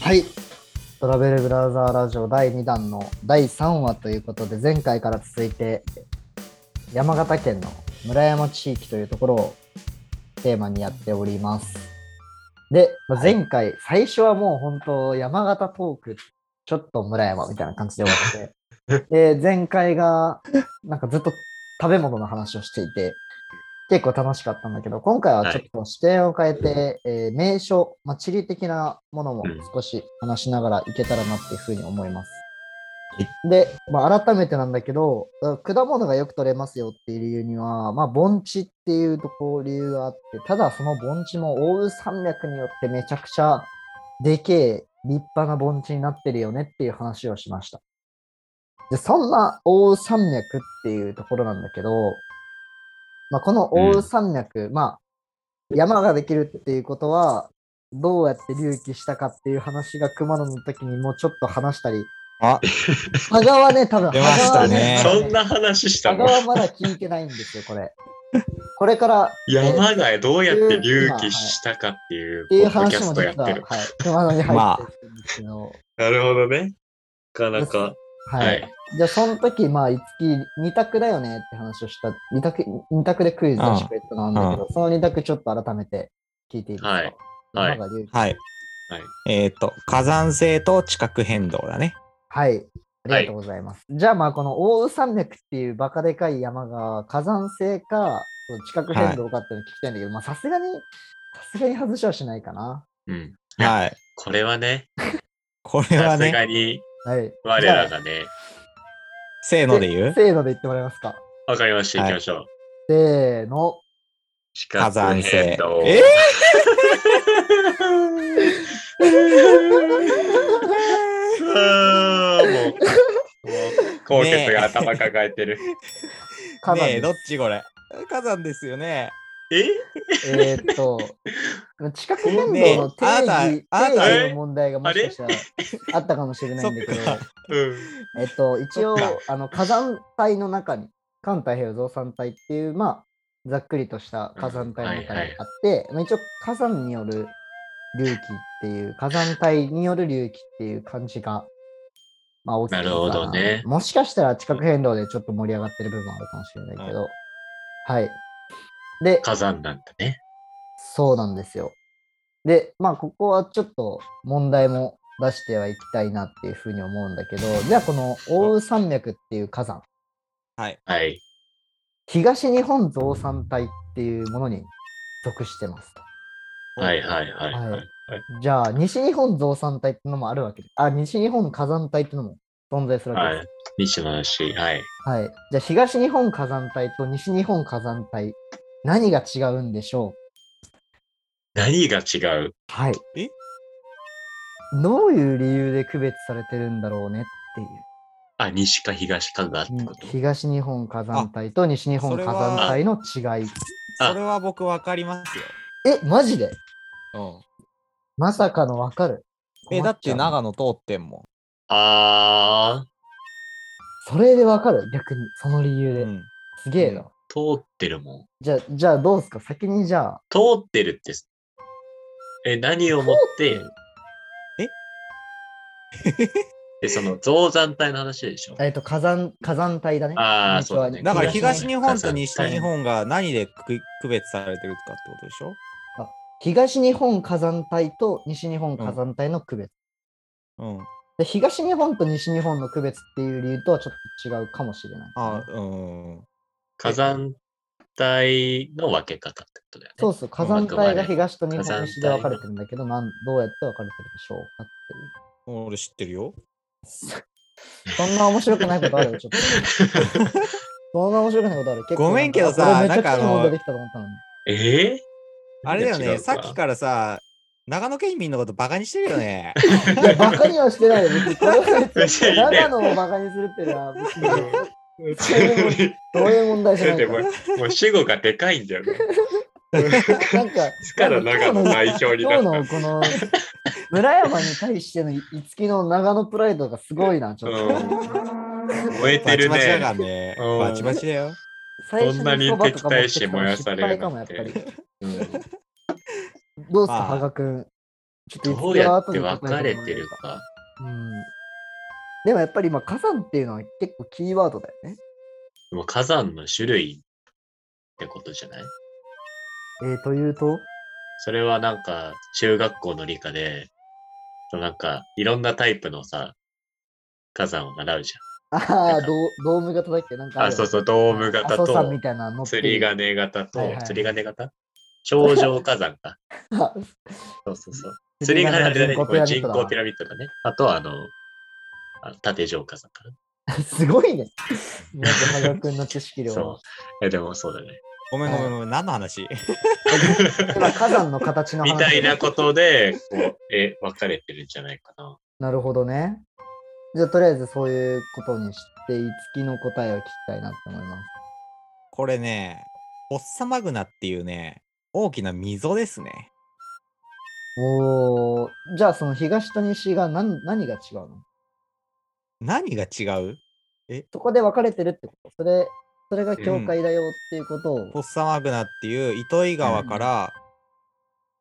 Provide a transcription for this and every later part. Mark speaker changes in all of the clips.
Speaker 1: はい。トラベルブラウザーラジオ第2弾の第3話ということで、前回から続いて、山形県の村山地域というところをテーマにやっております。で、まあ前回、最初はもう本当、山形トーク、ちょっと村山みたいな感じで終わって、で、前回が、なんかずっと食べ物の話をしていて、結構楽しかったんだけど、今回はちょっと視点を変えて、えー名所、まあ、地理的なものも
Speaker 2: うん
Speaker 1: 少し話しながらいけたらなっていうふうに思います。で、まあ、改めてなんだけど、うん果物がよく取れますよっていう理由には、まあ、盆地っていうとこ理由があって、ただその盆地も奥羽山脈によってめちゃくちゃでけえ立派な盆地になってるよねっていう話をしました。で、そんな奥羽山脈っていうところなんだけど、まあ、この奥羽山脈、まあ、山ができるっていうことは、どうやって隆起したかっていう話が熊野の時にもうちょっと話したり、
Speaker 3: あ、
Speaker 1: 羽賀はね、多分
Speaker 3: 出ましたね
Speaker 1: 羽賀は
Speaker 2: そんな話した
Speaker 1: 羽賀
Speaker 2: の
Speaker 1: はまだ聞いてないんですよ、これ。これから
Speaker 2: 山がどうやって隆起したかっていう
Speaker 1: っていう
Speaker 2: ポッドキャ
Speaker 1: 話も
Speaker 2: スト
Speaker 1: 実
Speaker 2: や
Speaker 1: は、
Speaker 2: っ
Speaker 1: は
Speaker 2: て
Speaker 1: い
Speaker 2: る。、
Speaker 1: 熊野に入
Speaker 3: ま
Speaker 1: ってるんですけど、
Speaker 2: なるほどね。なかなか。
Speaker 1: は
Speaker 2: はいい。
Speaker 1: じゃあ、その時、まあ、いつき、二択だよねって話をした、二択、二択でクイズをしてくれたのなんだけど、その二択ちょっと改めて聞いていいですか
Speaker 2: はい。はい
Speaker 1: 山が隆起
Speaker 3: はい。
Speaker 2: はい。
Speaker 3: えっ、と、火山性と地殻変動だね。
Speaker 1: はい。ありがとうございます。じゃあ、まあ、この大羽山脈っていうバカでかい山が火山性か、その地殻変動かっていうの聞きたいんだけど、まあ、さすがに、さすがに外しはしないかな。
Speaker 2: うん。
Speaker 3: はい。
Speaker 2: これはね、
Speaker 3: これは
Speaker 2: さすが
Speaker 3: ね、
Speaker 2: に
Speaker 1: はい。
Speaker 2: 我らがね、
Speaker 3: せーので言う
Speaker 1: せーので言ってもらえますか。
Speaker 2: わかりました。
Speaker 3: は
Speaker 2: 行き
Speaker 3: い
Speaker 2: ましょう。
Speaker 1: せー の。
Speaker 2: 地
Speaker 3: 火
Speaker 2: 下
Speaker 3: 山性
Speaker 2: 変。動。
Speaker 3: え
Speaker 2: あーもう、もう高血が頭抱えて る。
Speaker 3: ー、
Speaker 1: 火山
Speaker 3: ね
Speaker 1: で
Speaker 3: え、
Speaker 1: す
Speaker 3: どっちこれ火山ですよね。
Speaker 1: え
Speaker 2: え
Speaker 1: ーっと、地殻変動
Speaker 3: ねえ
Speaker 1: の定
Speaker 3: あなた
Speaker 1: 義,、
Speaker 3: あなた
Speaker 1: 定義の問題がもしかしたらあったかもしれないんだけど
Speaker 3: そっ、か
Speaker 2: うん。
Speaker 1: えっと、一応
Speaker 3: そっ、
Speaker 1: あの火山帯の中に、環太平洋造山帯っていう、まあ、ざっくりとした火山帯の中にあって、まあ一応、火山による隆起っていう、火山帯による隆起っていう感じが、まあ、大きいのか
Speaker 2: なるほどね
Speaker 1: もしかしたら地殻変動でちょっと盛り上がってる部分はあるかもしれないけど、はい。で、
Speaker 2: 火山なんだね。
Speaker 1: そうなんですよ。で、まあ、ここはちょっと問題も出してはいきたいなっていうふうに思うんだけど、じゃあ、この奥羽山脈っていう火山、
Speaker 3: はい。
Speaker 2: はい。
Speaker 1: 東日本造山帯っていうものに属してますと。
Speaker 2: はいはいはいはい。
Speaker 1: じゃあ、西日本造山帯ってのもあるわけです。あ、西日本火山帯ってのも存在するわけで
Speaker 2: はい
Speaker 1: す。。
Speaker 2: 西の話。はい。
Speaker 1: はい。じゃあ、東日本火山帯と西日本火山帯、何が違うんでしょ
Speaker 2: 何が違う
Speaker 1: うはい。
Speaker 3: え
Speaker 1: どういう理由で区別されてるんだろうねっていう。
Speaker 2: あ、西か東かがってこと、
Speaker 1: 東日本火山帯と西日本火山帯の違い。
Speaker 2: あ
Speaker 3: それは僕わかりますよ。
Speaker 1: え、マジで
Speaker 3: うん
Speaker 1: まさかのわかる。
Speaker 3: え、だって
Speaker 1: な
Speaker 3: 長野通ってんも
Speaker 2: あ
Speaker 1: それでわかる逆に、その理由
Speaker 3: ん。
Speaker 1: で。
Speaker 3: うん
Speaker 1: すげえな。
Speaker 3: う
Speaker 2: ー、通ってるもん。
Speaker 1: じゃあ、じゃあどうすか先にじゃあ。
Speaker 2: 通ってるって。え、何をもって、 で、その造山帯の話でしょ
Speaker 1: えっと、火山、火山帯だね。
Speaker 2: ああ、そうだ
Speaker 1: う
Speaker 2: ね。
Speaker 1: ん
Speaker 3: だから
Speaker 1: 東
Speaker 3: 東日本と西日本が何で区区別されてるかってことでしょ
Speaker 1: 東日本火山帯と西日本火山帯の区別、
Speaker 3: うん。
Speaker 1: で。東日本と西日本の区別っていう理由とはちょっと違うかもしれない。
Speaker 3: あ、うん。
Speaker 2: 火山帯の分け方ってことだよね。
Speaker 1: そうそう、火山帯が東と日
Speaker 2: 火山
Speaker 1: 本
Speaker 2: 帯
Speaker 1: 西で分かれてるんだけど、なんどうやって分かれてるでしょうかっていう。
Speaker 3: 俺知ってるよ。
Speaker 1: そんな面白くないことあるよ、ちょっと。 そんな面白くないことある。結構
Speaker 3: ごめんけどさ
Speaker 1: なんかあこれめちゃくちゃいい問
Speaker 3: なんかあの
Speaker 1: 題できたと思ったのに。
Speaker 2: えー
Speaker 3: あれだよ
Speaker 2: 何が違
Speaker 3: ね、
Speaker 2: う
Speaker 3: さっきからさ、長野県民のことバカにしてるよね。
Speaker 1: いや、バカにはしてないよ。別にこれは別に
Speaker 2: 別にね
Speaker 1: 長野をバカにするっていうのは、別に
Speaker 2: うん
Speaker 1: どういう問題じゃない
Speaker 2: だって
Speaker 1: か
Speaker 2: もう、もう主語がでかいんだよね。
Speaker 1: ら。なんか、
Speaker 2: 力長野代表に
Speaker 1: 今
Speaker 2: な
Speaker 1: 日
Speaker 2: った
Speaker 1: の。この、村山に対してのいつきの長野プライドがすごいな、ちょっと。
Speaker 2: うん燃え
Speaker 3: バ
Speaker 2: て
Speaker 3: チ
Speaker 2: る
Speaker 3: バチだ
Speaker 2: ね。
Speaker 3: からね。
Speaker 2: うん
Speaker 3: バチバチだよ。
Speaker 1: 最初
Speaker 2: そんなに
Speaker 1: そばとか持って
Speaker 2: 敵対し
Speaker 1: き
Speaker 2: て
Speaker 1: たの
Speaker 2: 燃やされる
Speaker 1: 失敗かも、やっぱり。どうすか、
Speaker 3: まあ
Speaker 1: 羽賀くん。ちょっといつ
Speaker 2: どうや
Speaker 1: か
Speaker 2: っ
Speaker 1: 後
Speaker 2: て
Speaker 1: で答え
Speaker 2: 分かれてるか。
Speaker 1: うん。でもやっぱり今火山っていうのは結構キーワードだよね。
Speaker 2: でも火山の種類ってことじゃない
Speaker 1: えー、というと、
Speaker 2: それはなんか中学校の理科で、そうなんかいろんなタイプのさ、火山を習うじ
Speaker 1: ああ、ドドーム型だっけなん
Speaker 2: ゃん。
Speaker 1: か
Speaker 2: あ、そう
Speaker 1: う。
Speaker 2: そう、ドーム型
Speaker 1: 阿蘇山
Speaker 2: と
Speaker 1: み、たいなの乗って
Speaker 2: 釣
Speaker 1: る
Speaker 2: り。鐘型と、
Speaker 1: はいはい
Speaker 2: 釣り鐘型頂上火山 か。
Speaker 1: あ
Speaker 2: そうそうそう。釣り鐘あれだね、これ人
Speaker 1: だ
Speaker 2: 工ピラミッドだね。あとはあの、あの縦上火山か
Speaker 1: すごいね。宮島学君の知識
Speaker 2: な。
Speaker 1: 量は
Speaker 2: そ。う。え、でもそうだね。
Speaker 3: ごめんごめんごめん。何の話
Speaker 1: 今火山の形の話。
Speaker 2: みたいなこと で、こう、え、分かれてるんじゃないかな。
Speaker 1: なるほどね。じゃあとりあえずそういうことにして、いつきの答えを聞きたいなって思います。
Speaker 3: これね、フォッサマグナっていうね、大きな溝ですね。
Speaker 1: おお、じゃあその東と西が何何が違うの
Speaker 3: 何が違う
Speaker 1: そこで分かれてるってことそれ、それが境界だよっていうことを。
Speaker 3: フォッサマグナっていう糸魚川から、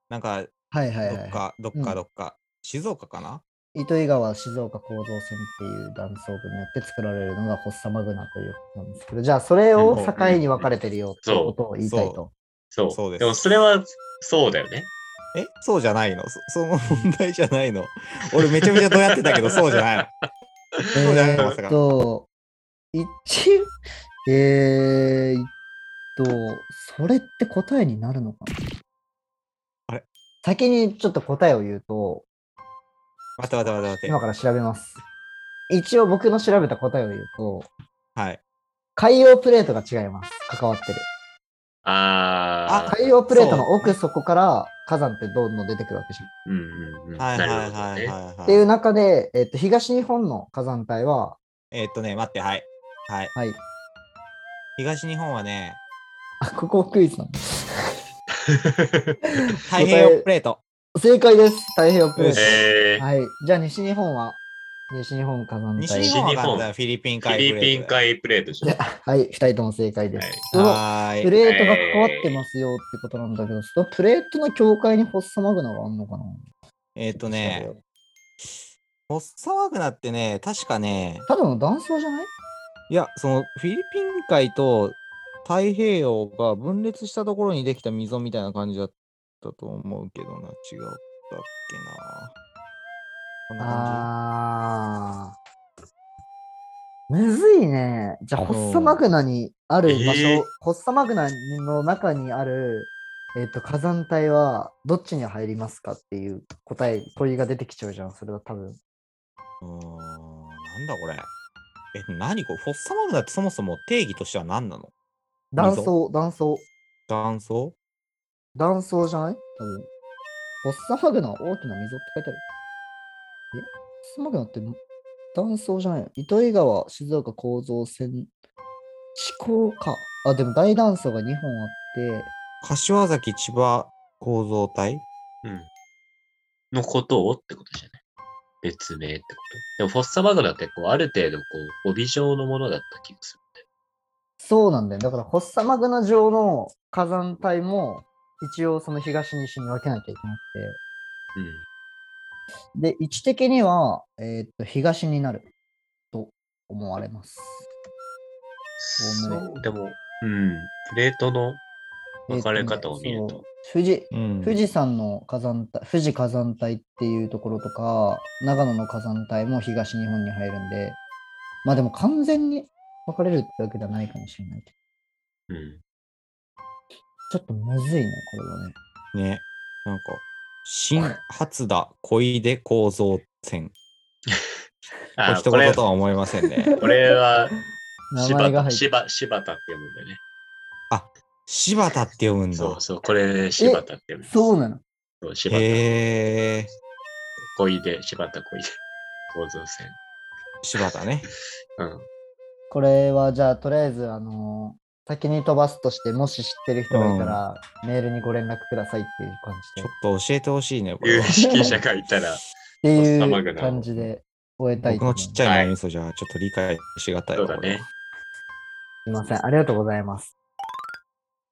Speaker 3: なんか
Speaker 1: はいは
Speaker 3: ど
Speaker 1: い
Speaker 3: っ
Speaker 1: は。
Speaker 3: か、どっかどっか、静岡かない
Speaker 1: 糸魚川静岡構造線っていう断層部によって作られるのがフォッサマグナということなんですけど、じゃあそれを境に分かれてるよっていうことを言いたいと。
Speaker 2: そう。
Speaker 3: そうです
Speaker 2: もそれは、そうだよね。
Speaker 3: えそうじゃないのそその問題じゃないの俺めちゃめちゃどうやってた けどそうじゃないのそうじゃない
Speaker 1: え
Speaker 3: の
Speaker 1: ー
Speaker 3: まさ
Speaker 1: っ
Speaker 3: か
Speaker 1: と、一、えーっと、それって答えになるのかな
Speaker 3: あれ
Speaker 1: 先にちょっと答えを言うと、
Speaker 3: 待って待って待って
Speaker 1: 今
Speaker 3: 待っ
Speaker 1: から調べます。一応僕の調べた答えを言うと、
Speaker 3: てはい
Speaker 1: 海洋プレートが違います。関わってる。
Speaker 2: ああ。
Speaker 1: 海洋プレートの奥底から火山ってどんどん出てくるわけじゃん。
Speaker 2: うんうんうん。
Speaker 3: はいは
Speaker 2: な
Speaker 3: い
Speaker 2: るほど
Speaker 3: はいはい
Speaker 2: ね。
Speaker 3: はい
Speaker 1: っていう中で、えっと、東日本の火山帯は、
Speaker 3: えーっとね待ってはいはい
Speaker 1: はい。
Speaker 3: 東日本はね
Speaker 1: あ、ここクイズなの。
Speaker 3: 太平洋プレート
Speaker 1: 正解です。太平洋プレート。
Speaker 2: えー、
Speaker 1: はい。じゃあ西日本は西日本火山帯。
Speaker 3: 西日
Speaker 2: 西
Speaker 3: 本
Speaker 2: 日
Speaker 3: は
Speaker 2: 本
Speaker 3: 簡単フィリピン
Speaker 2: フ
Speaker 3: 海
Speaker 2: ィ
Speaker 3: プ
Speaker 2: リ
Speaker 3: レ
Speaker 2: ピ
Speaker 3: ー
Speaker 2: ン
Speaker 3: トだよ
Speaker 2: 海プレートじゃん。
Speaker 1: はい、二人とも正解です。その
Speaker 3: はー
Speaker 1: プ
Speaker 3: い
Speaker 1: レートが関わってますよってことなんだけど、そのプレートの境界にフォッサマグナがあるのかな
Speaker 3: えーっとね。フォッサマグナってね確かね
Speaker 1: ただの断層じゃない
Speaker 3: いやそのフィリピン海と太平洋が分裂したところにできた溝みたいな感じだったと思うけどな違うだっけなこんな感
Speaker 1: あー。むずいね。じゃあ、
Speaker 3: うん
Speaker 1: ホッサマグナにある場所、
Speaker 2: えー
Speaker 1: ホッサマグナの中にある、えっと火山帯はどっちに入りますかっていう答え、問いが出てきちゃうじゃん、それは多分。
Speaker 3: じうーんなんだこれえ何これフォッサマグナってそもそも定義としては何なの
Speaker 1: 断
Speaker 3: 溝
Speaker 1: 層、断層、
Speaker 3: 断層
Speaker 1: 断層じゃない多分。ホッサマグナは大きな溝って書いてある。えホッサマグナって断層じゃないの糸魚川、静岡構造線、地高か。あ、でも大断層が2本あって、
Speaker 3: 柏崎千葉構造体
Speaker 2: うん。のことをってことじゃない。別名ってこと。でも、フォッサマグナって、こう、ある程度、こう、帯状のものだった気がす
Speaker 1: そうなんだよ。だから、ホッサマグナ上の火山帯も、一応その東西に分けなきゃいけな
Speaker 2: る。うん。
Speaker 1: くて、で、位置的には、えーっと、東になると思われます。おおむ
Speaker 2: そう、でも、うん。プレートの分かれ方を見る
Speaker 1: えーっね
Speaker 2: と。
Speaker 1: そう富士、
Speaker 3: うん
Speaker 1: 富士山の火山帯、富士火山帯っていうところとか、長野の火山帯も東日本に入るんで、まあでも完全に分かれるってわけではないかもしれないけ
Speaker 2: うん。
Speaker 1: ど、ちょっとむずいね、これはね。
Speaker 3: ねなんか新初田小出構造線これ
Speaker 2: あ、
Speaker 3: 一
Speaker 2: これ
Speaker 3: 言、とは思いませんね
Speaker 2: これは、
Speaker 1: 名前
Speaker 2: 柴
Speaker 1: が
Speaker 2: 田、
Speaker 1: 入って。
Speaker 2: 柴柴田って読むんだよね。
Speaker 3: 柴田って読むんだ
Speaker 2: そうそう、これ、柴田って読む。
Speaker 1: そうなの
Speaker 2: そう、柴田。
Speaker 3: へえ
Speaker 2: 小出、柴田小出。構造線。
Speaker 3: 柴田ね。
Speaker 2: うん。
Speaker 1: これはじゃあとりあえずあのー先に飛ばすとしてもし知ってる人がいたら、メールにご連絡くださいっていう感
Speaker 3: ち
Speaker 1: じ
Speaker 3: ょ
Speaker 1: で
Speaker 3: っと教えてほしいね、これ
Speaker 2: 有
Speaker 3: は。
Speaker 2: 識者がいたら、
Speaker 1: って
Speaker 2: ホッサマ
Speaker 1: い
Speaker 2: グ
Speaker 1: う
Speaker 2: ナ
Speaker 1: 感じで終えたい
Speaker 3: 僕
Speaker 1: と思い
Speaker 3: の
Speaker 1: ます
Speaker 3: ちっちゃい脳みそじゃちょっと理解しがたい
Speaker 2: そう
Speaker 3: わ
Speaker 2: だね。
Speaker 1: すいませんありがとうございます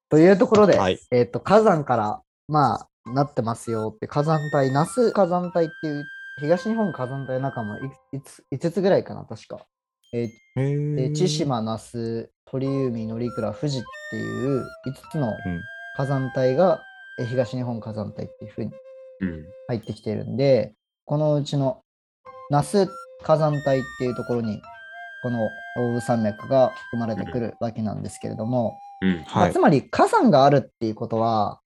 Speaker 1: というところで、
Speaker 3: はい
Speaker 1: えっ、と火山からまあなってますよって火山帯、那須火山帯っていう東日本火山帯の中の 5, 5つぐらいかな、確か。えー
Speaker 3: へ
Speaker 1: で
Speaker 3: え
Speaker 1: 千島、那須、鳥海、乗倉、富士っていう5つの
Speaker 3: うん
Speaker 1: 火山帯がえー東日本火山帯っていうふうに
Speaker 2: うん。
Speaker 1: 入ってきてるんで、このうちの那須火山帯っていうところに、この奥羽山脈が生まれてくるわけなんですけれども、
Speaker 2: うん。
Speaker 1: まあ
Speaker 3: はい
Speaker 1: つまり火山があるっていうことは、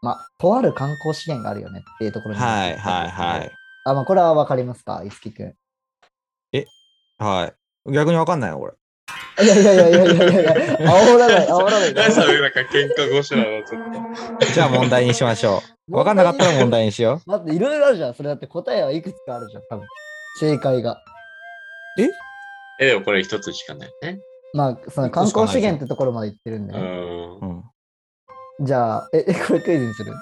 Speaker 1: まあ、とある観光資源があるよねっていうところになっ
Speaker 3: は
Speaker 1: て
Speaker 3: い
Speaker 1: きてるん
Speaker 3: はい
Speaker 1: ですけど
Speaker 3: はい。
Speaker 1: あ、まあ、これはわかりますか、いつきくん。
Speaker 3: はい。逆にわかんないよ、これ。
Speaker 1: いやいやいやいやいやいや、煽ら ない、煽らない。
Speaker 2: 何それなんか喧嘩越しなのちょっと。
Speaker 3: じゃあ問題にしましょ う。わかんなかったら問題にしよ
Speaker 1: 待って、いろいろあるじゃん。それだって答えはいくつかあるじゃん、多分。正解が。
Speaker 2: え、でもこれ一つしかないね。
Speaker 1: まあ、その観光資源ってところまで行ってるんで
Speaker 2: う
Speaker 1: ね。
Speaker 2: ん
Speaker 3: う。。うん
Speaker 1: じゃあ、え、 えこれクイズにす る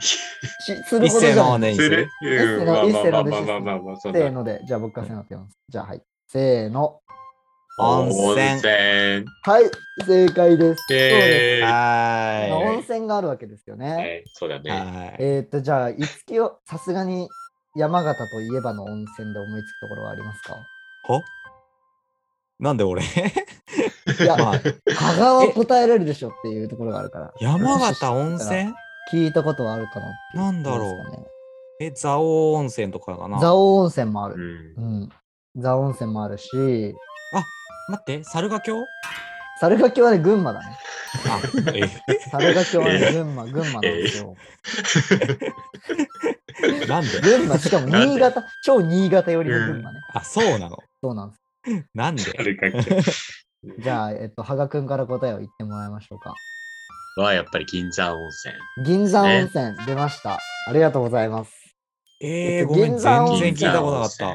Speaker 1: しする
Speaker 3: 一
Speaker 1: ほどじ
Speaker 3: 斉
Speaker 1: ゃ
Speaker 3: の
Speaker 1: ない
Speaker 3: 問題にする。
Speaker 2: うんまあまあまあまあまあまあ、そう
Speaker 1: せー
Speaker 2: だ。
Speaker 1: ので、じゃあ僕がせーのって言います。じゃあはい。せーの。
Speaker 3: 温泉
Speaker 2: 泉。
Speaker 1: はい、正解です。
Speaker 2: えー
Speaker 1: まあ温
Speaker 3: は
Speaker 1: 泉があるわけですよね。
Speaker 2: えーそうだ
Speaker 3: い。
Speaker 2: ね。
Speaker 3: はい。
Speaker 1: えーっと、じゃあ、いつきをさすがに山形といえばの温泉で思いつくところはありますか
Speaker 3: ほなんで俺
Speaker 1: いや、
Speaker 3: まあ
Speaker 1: 香川答えれるでしょっていうところがあるから。
Speaker 3: 山形温泉
Speaker 1: 聞いたことはあるかなっていう
Speaker 3: なんだろう
Speaker 1: ところですかね
Speaker 3: え、蔵王温泉とかかな
Speaker 1: 蔵王温泉もあ
Speaker 2: う
Speaker 1: る。
Speaker 2: ん
Speaker 1: う。ん。蔵王温泉もあるし、
Speaker 3: 待って、猿ヶ京
Speaker 1: 猿ヶ京はね、群馬だね。
Speaker 3: あ、え、
Speaker 1: 猿ヶ京は
Speaker 2: え
Speaker 1: ね、
Speaker 2: え
Speaker 1: 群馬、群馬なんですよ。
Speaker 3: なんで
Speaker 1: 群馬、しかも
Speaker 2: なんで
Speaker 1: 新潟、超新潟寄りの群馬ね。
Speaker 3: あ、そうなの
Speaker 1: そうなんです。
Speaker 3: なんで
Speaker 2: 誰か来た
Speaker 1: じゃあ、えっと、羽賀くんから答えを言ってもらいましょうか。
Speaker 2: はやっぱり銀山温泉。
Speaker 1: 銀山温泉、出ました。ありがとうございます。
Speaker 3: えー、ごめん、
Speaker 1: 銀
Speaker 3: 全
Speaker 1: 山温
Speaker 3: 然聞
Speaker 1: 泉
Speaker 3: いたことなかった。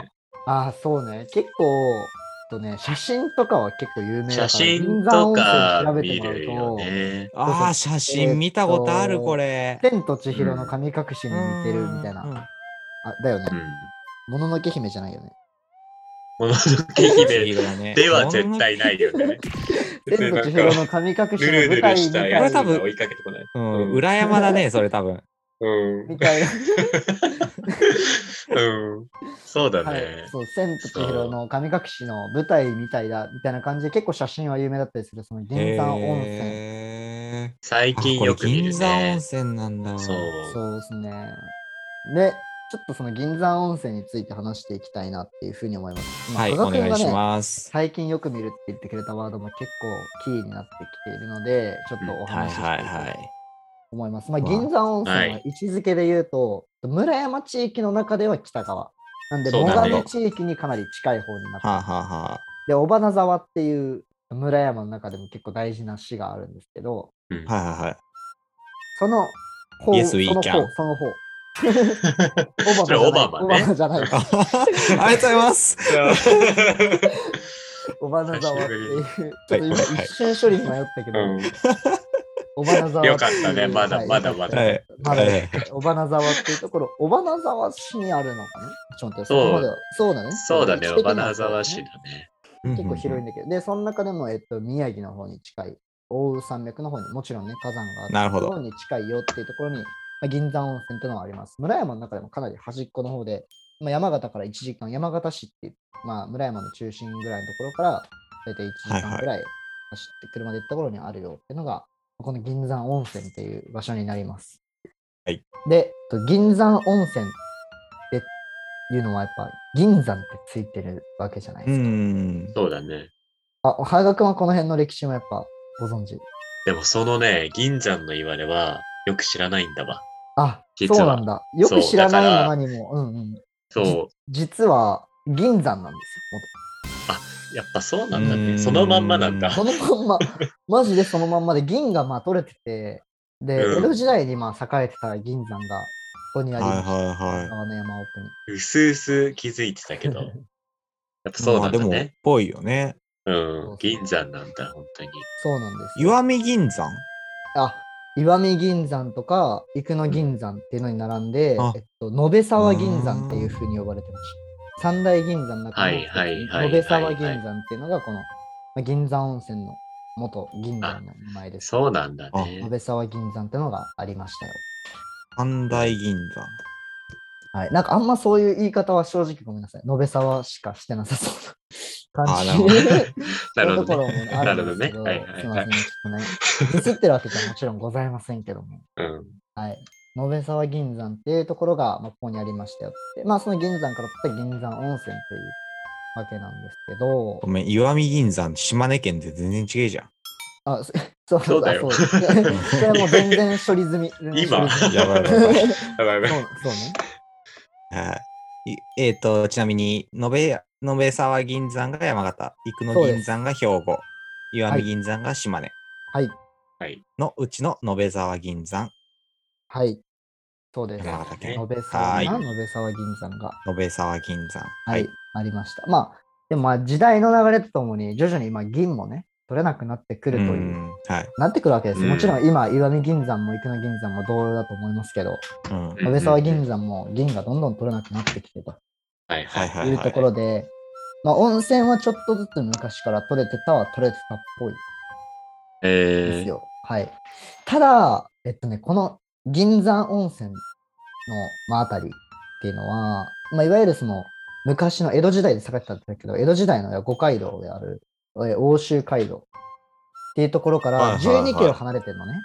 Speaker 1: ああ、そうね。結構、えっとね、写真とかは結構有名だから
Speaker 2: 写真
Speaker 1: 銀山
Speaker 2: と
Speaker 1: 温泉
Speaker 2: か
Speaker 1: 調べ
Speaker 2: 見
Speaker 1: てもら
Speaker 2: るよ
Speaker 1: うと、
Speaker 2: ね。
Speaker 3: あー、写真見たことある、これ。
Speaker 1: 天と千尋の神隠しに似てるみたいな。
Speaker 3: うんうんうん
Speaker 1: あ、だよね
Speaker 2: う。ん。
Speaker 1: もののけ姫じゃないよね。
Speaker 2: もののけ姫
Speaker 3: 千尋だ ね
Speaker 2: では絶対ないよね。
Speaker 1: 天
Speaker 2: な
Speaker 1: と
Speaker 2: ん
Speaker 1: 千
Speaker 2: か
Speaker 1: 尋の神隠しの
Speaker 2: ぬるぬ
Speaker 1: 舞
Speaker 2: る
Speaker 1: 台
Speaker 2: し
Speaker 1: み
Speaker 2: た
Speaker 1: たい
Speaker 2: や
Speaker 1: な
Speaker 2: つ。
Speaker 3: こ
Speaker 2: が
Speaker 3: れ多分
Speaker 2: 追いかけてこない。
Speaker 3: うん、裏山だね、それ多分。
Speaker 2: うん。
Speaker 1: みたい
Speaker 2: うん。そうだ
Speaker 1: な、はい
Speaker 2: ね。
Speaker 1: そう、千と千尋の神隠しの舞台みたいだみたいな感じで、結構写真は有名だったりする、その銀山温泉。
Speaker 3: へ
Speaker 2: 最
Speaker 3: ーあ
Speaker 2: 近よく見
Speaker 3: これ
Speaker 2: る
Speaker 3: 銀山温
Speaker 2: ね。
Speaker 3: 泉なんだ。
Speaker 2: そう。
Speaker 1: そうですね。で、ちょっとその銀山温泉について話していきたいなっていうふうに思います。
Speaker 3: はい、
Speaker 1: まあ加賀
Speaker 3: お
Speaker 1: 君
Speaker 3: 願
Speaker 1: が
Speaker 3: いし
Speaker 1: ね
Speaker 3: ます。
Speaker 1: 最近よく見るって言ってくれたワードも結構キーになってきているので、ちょっとお
Speaker 3: は
Speaker 1: 話
Speaker 3: い
Speaker 1: ししていきた
Speaker 3: はい
Speaker 1: い
Speaker 3: は
Speaker 1: と
Speaker 3: い。
Speaker 1: 思います。まあ、
Speaker 3: まあ
Speaker 1: 銀山温泉
Speaker 2: は
Speaker 1: はい位置づけで言うと、村山地域の中では北側。なんで、
Speaker 2: そう
Speaker 1: 最
Speaker 2: だね
Speaker 1: 上地域にかなり近い方になって
Speaker 3: はあ、
Speaker 1: ます
Speaker 3: はあは
Speaker 1: で、尾花沢っていう村山の中でも結構大事な市があるんですけど、
Speaker 2: うん
Speaker 3: あ、はいはいはい。
Speaker 1: その方、
Speaker 3: Yes, we
Speaker 1: その
Speaker 3: can.
Speaker 1: 方、その方。
Speaker 2: それ
Speaker 1: オ
Speaker 2: オ
Speaker 1: バ
Speaker 2: バ
Speaker 1: マ
Speaker 2: マね。
Speaker 1: じゃない。オバマじゃない。
Speaker 3: あありがとうございます。
Speaker 1: 尾花沢っていう、 ちょっと
Speaker 3: はい
Speaker 1: 今
Speaker 3: はいはい
Speaker 1: 一瞬処理に迷ったけど、
Speaker 2: う
Speaker 1: 尾花沢ってい
Speaker 2: ん、
Speaker 1: う。
Speaker 2: よかったね。ま
Speaker 1: は
Speaker 2: だ
Speaker 1: い
Speaker 2: まだま
Speaker 3: は
Speaker 2: だ。
Speaker 3: い。
Speaker 1: まだ
Speaker 3: はい
Speaker 1: ね、尾花沢っていうところ、尾花沢市にあるのかなちょっと待って、
Speaker 2: そう
Speaker 1: こまではそうだね。
Speaker 2: そうだね。
Speaker 1: 位置
Speaker 2: 小
Speaker 1: 的に
Speaker 2: 花
Speaker 1: はそうだね
Speaker 2: 沢市だね。
Speaker 1: 結構広いんだけど、で、その中でも、えっと、宮城の方に近い、奥羽山脈の方に、もちろんね、火山があ
Speaker 3: なるほ
Speaker 1: と
Speaker 3: ど
Speaker 1: ころに近いよっていうところに、まあ、銀山温泉っていうのはあります。村山の中でもかなり端っこの方で、まあ、山形から1時間、山形市っていう、まあ、村山の中心ぐらいのところから、大体1時
Speaker 3: はいは
Speaker 1: 間
Speaker 3: い
Speaker 1: ぐらい走って車で行った頃にあるよっていうのが、この銀山温泉っていう場所になります。
Speaker 3: はい。
Speaker 1: で、と銀山温泉っていうのはやっぱ銀山ってついてるわけじゃないで
Speaker 3: う
Speaker 1: すか。
Speaker 3: ん。
Speaker 2: そうだね。
Speaker 1: あ、原田君はこの辺の歴史もやっぱご存知。
Speaker 2: でもそのね、銀山の岩ではよく知らないんだわ。
Speaker 1: あ、
Speaker 2: 実
Speaker 1: そう
Speaker 2: は
Speaker 1: なんだ。よく知らないの何も。うんうん。
Speaker 2: そう。
Speaker 1: 実は銀山なんです
Speaker 2: やっぱそうなんだ
Speaker 3: う
Speaker 2: ね。
Speaker 3: ん
Speaker 2: そのまんまなんだ。
Speaker 1: よ。元々その まんま、マジでそのまんまで銀がまあ取れてて、で、
Speaker 2: うん
Speaker 1: 江戸時代にまあ栄えてた銀山がここにあ
Speaker 3: は
Speaker 1: り
Speaker 3: い
Speaker 1: ました。
Speaker 3: はいは
Speaker 1: 川の山奥に。
Speaker 2: うすうす気づいてたけど。 やっぱ
Speaker 3: い。
Speaker 2: そう
Speaker 3: ま
Speaker 2: な
Speaker 3: あ
Speaker 2: ん
Speaker 3: で
Speaker 2: だ
Speaker 3: も、っ
Speaker 2: ね。
Speaker 3: ぽいよね。
Speaker 2: うん。銀山なんだ、本当に。
Speaker 1: そうなんですよ。
Speaker 3: 石見銀山。
Speaker 1: あ、石見銀山とか生野銀山っていうのに並んで、
Speaker 3: あ
Speaker 1: えっと、延沢銀山っていうふうに呼ばれてました。三大銀山の中の一つ
Speaker 2: はいはいはいはいはい
Speaker 1: 延沢銀山っていうのがこのまあ銀山温泉の元銀山の名前です。
Speaker 2: そうなんだ
Speaker 3: あ
Speaker 2: ね
Speaker 1: 延。沢銀山ってのがありましたよ。
Speaker 3: 三大銀山。
Speaker 1: はい。なんかあんまそういう言い方は正直ごめんなさい。延べ沢しかしてなさそうな
Speaker 3: あ
Speaker 1: 感
Speaker 3: ー
Speaker 1: じ。
Speaker 3: なる
Speaker 1: そういう
Speaker 2: なる
Speaker 3: ほど
Speaker 1: と
Speaker 2: ほ
Speaker 1: ころ
Speaker 2: ど
Speaker 1: も
Speaker 2: ね。
Speaker 1: あ
Speaker 2: な
Speaker 1: る
Speaker 2: る
Speaker 1: ん
Speaker 2: ほど
Speaker 1: で
Speaker 2: ね。
Speaker 1: すけど、
Speaker 2: はいはい
Speaker 1: すい
Speaker 2: は
Speaker 1: ません、
Speaker 2: い。
Speaker 1: ちょっとね、ディスってるわけじゃもちろんございませんけども、
Speaker 2: うん。
Speaker 1: はい。延沢銀山っていうところが、まあ、ここにありましたよって、まあ、その銀山から取った銀山温泉というわけなんですけど
Speaker 3: ご、めん、石見銀山、島根県で全然違えじゃん。
Speaker 1: あ、そ そう
Speaker 2: そうだよ
Speaker 1: あそうです それはもう全然処理済み。全然処理済み
Speaker 3: 今やばいやば
Speaker 2: や
Speaker 3: い
Speaker 2: ばいやば い
Speaker 1: そうそうね。
Speaker 3: はい。いえっ、と、ちなみに、延べ、延べ沢銀山が山形、生
Speaker 1: そう
Speaker 3: 野
Speaker 1: です
Speaker 3: 銀山が兵庫、石
Speaker 1: は
Speaker 3: 見
Speaker 1: い
Speaker 3: 銀山が島根
Speaker 1: はい。
Speaker 2: はい。
Speaker 3: のうちの延べ沢銀山、
Speaker 1: はい。そうです。
Speaker 3: 山形県、
Speaker 1: 延べ沢
Speaker 2: は
Speaker 1: ない延べ沢銀山が、
Speaker 3: 延べ沢銀山。
Speaker 1: はい、。ありました。まあ、でもまあ時代の流れとともに、徐々に今銀もね、取れなくなってく
Speaker 3: う
Speaker 1: るという、
Speaker 3: ん。はい。
Speaker 1: なってくるわけです。
Speaker 2: うん
Speaker 1: もちろん今、石見銀山も生野銀山も同様だと思いますけど、
Speaker 3: うん。
Speaker 2: ん
Speaker 1: 安倍沢銀山も銀がどんどん取れなくなってきてと
Speaker 2: はい
Speaker 3: は
Speaker 2: はいい。
Speaker 3: はい、はい。
Speaker 1: いうところで、まあ温泉はちょっとずつ昔から取れてたは取れてたっぽいで
Speaker 2: え
Speaker 1: す
Speaker 2: ー
Speaker 1: よ。はい。ただ、えっとね、この銀山温泉の、まあ、あたりっていうのは、まあ、いわゆるその、昔の江戸時代で栄えてたんだけど、江戸時代の五街道である、えー欧州街道っていうところか
Speaker 3: はい
Speaker 1: ら
Speaker 3: はいはい
Speaker 1: 12キロ離れてるのね。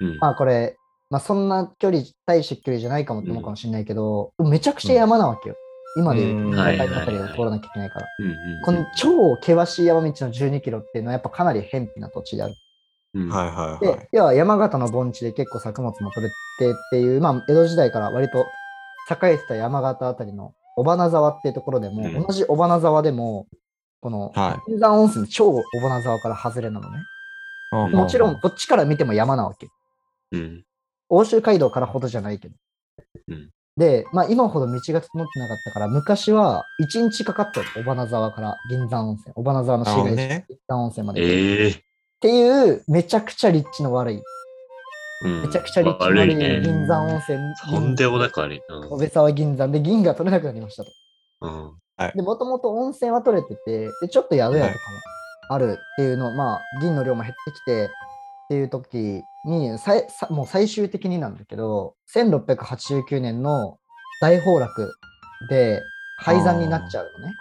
Speaker 2: うん。
Speaker 1: まあこれ、まあそんな距離、大した距離じゃないかもって思うかもしれないけど、めちゃくちゃ山なわけよ。今でいう
Speaker 3: うん
Speaker 1: 日本海
Speaker 2: はい
Speaker 1: の
Speaker 2: はいはい
Speaker 1: 辺りを通らなきゃいけないから。
Speaker 2: うんうん
Speaker 1: この超険しい山道の12キロっていうのはやっぱかなり偏僻な土地である。
Speaker 2: うん
Speaker 3: はいはいはい
Speaker 1: で、要は山形の盆地で結構作物も取れてっていう、まあ江戸時代から割と栄えてた山形あたりの尾花沢っていうところでも、
Speaker 2: うん
Speaker 1: 同じ尾花沢でも、この
Speaker 3: は
Speaker 1: 金山温泉の超尾花沢から外れなのね。
Speaker 3: い。
Speaker 1: もちろん、こっちから見ても山なわけ。
Speaker 2: うん。
Speaker 1: 欧州街道からほどじゃないけど。
Speaker 2: うん
Speaker 1: で、まあ、今ほど道が整ってなかったから、昔は1日かかったよ、小花沢から銀山温泉、小花沢の市
Speaker 3: なるほど
Speaker 1: 街地、
Speaker 3: ね。
Speaker 1: 銀山温泉まで。っ
Speaker 2: ええ。
Speaker 1: ていう、めちゃくちゃ立地の悪い、
Speaker 2: め
Speaker 1: めちゃくちゃ立地の悪
Speaker 2: 悪
Speaker 1: い
Speaker 2: いね。
Speaker 1: 銀山温泉、
Speaker 2: とんでもなく悪い。うん
Speaker 1: 小部沢銀山で銀が取れなくなりましたと。
Speaker 2: うん。
Speaker 1: で、もともと温泉は取れてて、で、ちょっと宿屋とかもあるっていうの、まあ、銀の量も減ってきてっていう時に、さいさもう最終的になんだけど、1689年の大崩落で廃山になっちゃうのね。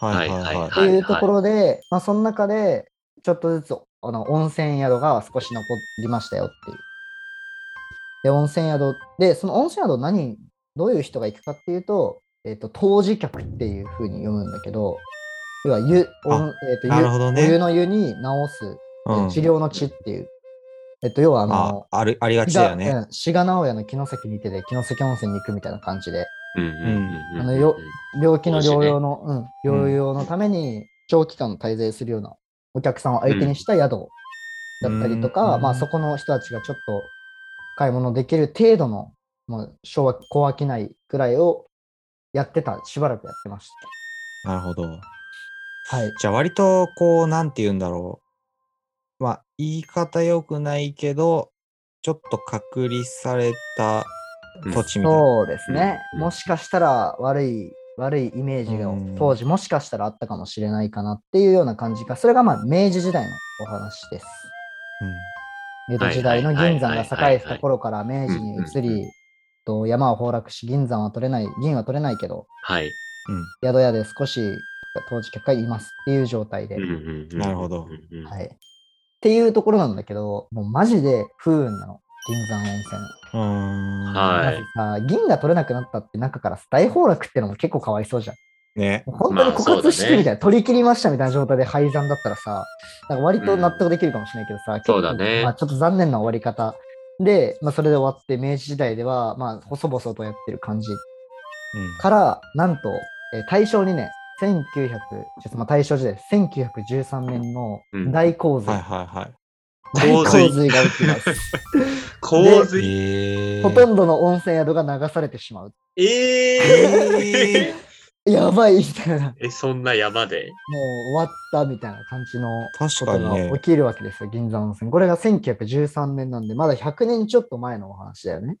Speaker 3: はいはいはい
Speaker 1: っていうところで、まあ、その中で、ちょっとずつあの温泉宿が少し残りましたよっていう。で、温泉宿、で、その温泉宿何、どういう人が行くかっていうと、えっ、と、湯治客っていうふうに読むんだけど、要は湯、温えっ、と、
Speaker 3: なるほど
Speaker 1: 湯、
Speaker 3: ね
Speaker 1: お湯の湯に治す、
Speaker 3: うん。
Speaker 1: 治療の地っていう。えっ、と、要はあ
Speaker 3: あ
Speaker 1: の、
Speaker 3: ある、ありがち
Speaker 1: 志賀
Speaker 3: だよね。
Speaker 1: うん志賀直哉の城崎にてで、城崎温泉に行くみたいな感じで、
Speaker 2: うんうんうんうん。
Speaker 1: あのよ病気の療養の、う、
Speaker 3: うんん
Speaker 1: 療養のために長期間滞在するようなお客さんを相手にした宿だったりとか、
Speaker 3: うん
Speaker 1: まあそこの人たちがちょっと買い物できる程度の、まあ、昭和小商いくらいをやってた、しばらくやってまし
Speaker 3: なるほど。
Speaker 1: た。はい。
Speaker 3: じゃあ割とこう、なんて言うんだろう。まあ、言い方良くないけど、ちょっと隔離された土地みたいな。
Speaker 1: そうですね。
Speaker 2: うん
Speaker 1: もしかしたら悪い、悪いイメージが
Speaker 3: うん
Speaker 1: 当時もしかしたらあったかもしれないかなっていうような感じが、それがまあ明治時代のお話です。江戸時代の銀山が栄えてた頃から明治に移
Speaker 2: うんうんう
Speaker 1: り、と山は崩落し、銀山は取れない、銀は取れないけど、
Speaker 2: はい。
Speaker 3: うん。うん。
Speaker 1: 宿屋で少し当時客がいますっていう状態で、
Speaker 2: うんうんうん
Speaker 3: なるほど。
Speaker 2: うんうん
Speaker 1: はい。っていうところなんだけど、もうマジで不運なの、銀山温泉。
Speaker 3: うーん
Speaker 2: はい
Speaker 1: まずさ銀が取れなくなったって中からさ大崩落ってのも結構かわいそうじゃん。
Speaker 3: ね。
Speaker 1: 本当に枯渇してみたいな、取り切りましたみたいな状態で廃山だったらさ、なんか割と納得できるかもしれないけどさ、結構
Speaker 2: そうだね
Speaker 1: まあ、ちょっと残念な終わり方で、まあ、それで終わって明治時代では、まあ、細々とやってる感じ
Speaker 3: うん
Speaker 1: から、なんと、えー大正2年、1900、ちょっとまあ大正時代、1913年の大洪水、
Speaker 3: はいはい
Speaker 1: 大
Speaker 2: 洪
Speaker 1: 洪
Speaker 2: 水
Speaker 1: 水が起きます。
Speaker 2: 洪
Speaker 3: はい。
Speaker 2: 水。
Speaker 3: え ー
Speaker 1: ほとんどの温泉宿が流されてしまう。
Speaker 2: ええ。
Speaker 1: やばいみたいな、も
Speaker 2: え、そんな山で
Speaker 1: う終わったみたいな感じの
Speaker 3: 確
Speaker 1: こ
Speaker 3: か
Speaker 1: と
Speaker 3: に
Speaker 1: が
Speaker 3: ね
Speaker 1: 起。きるわけですよ、銀山温泉。これが1913年なんで、まだ100年ちょっと前のお話だよね。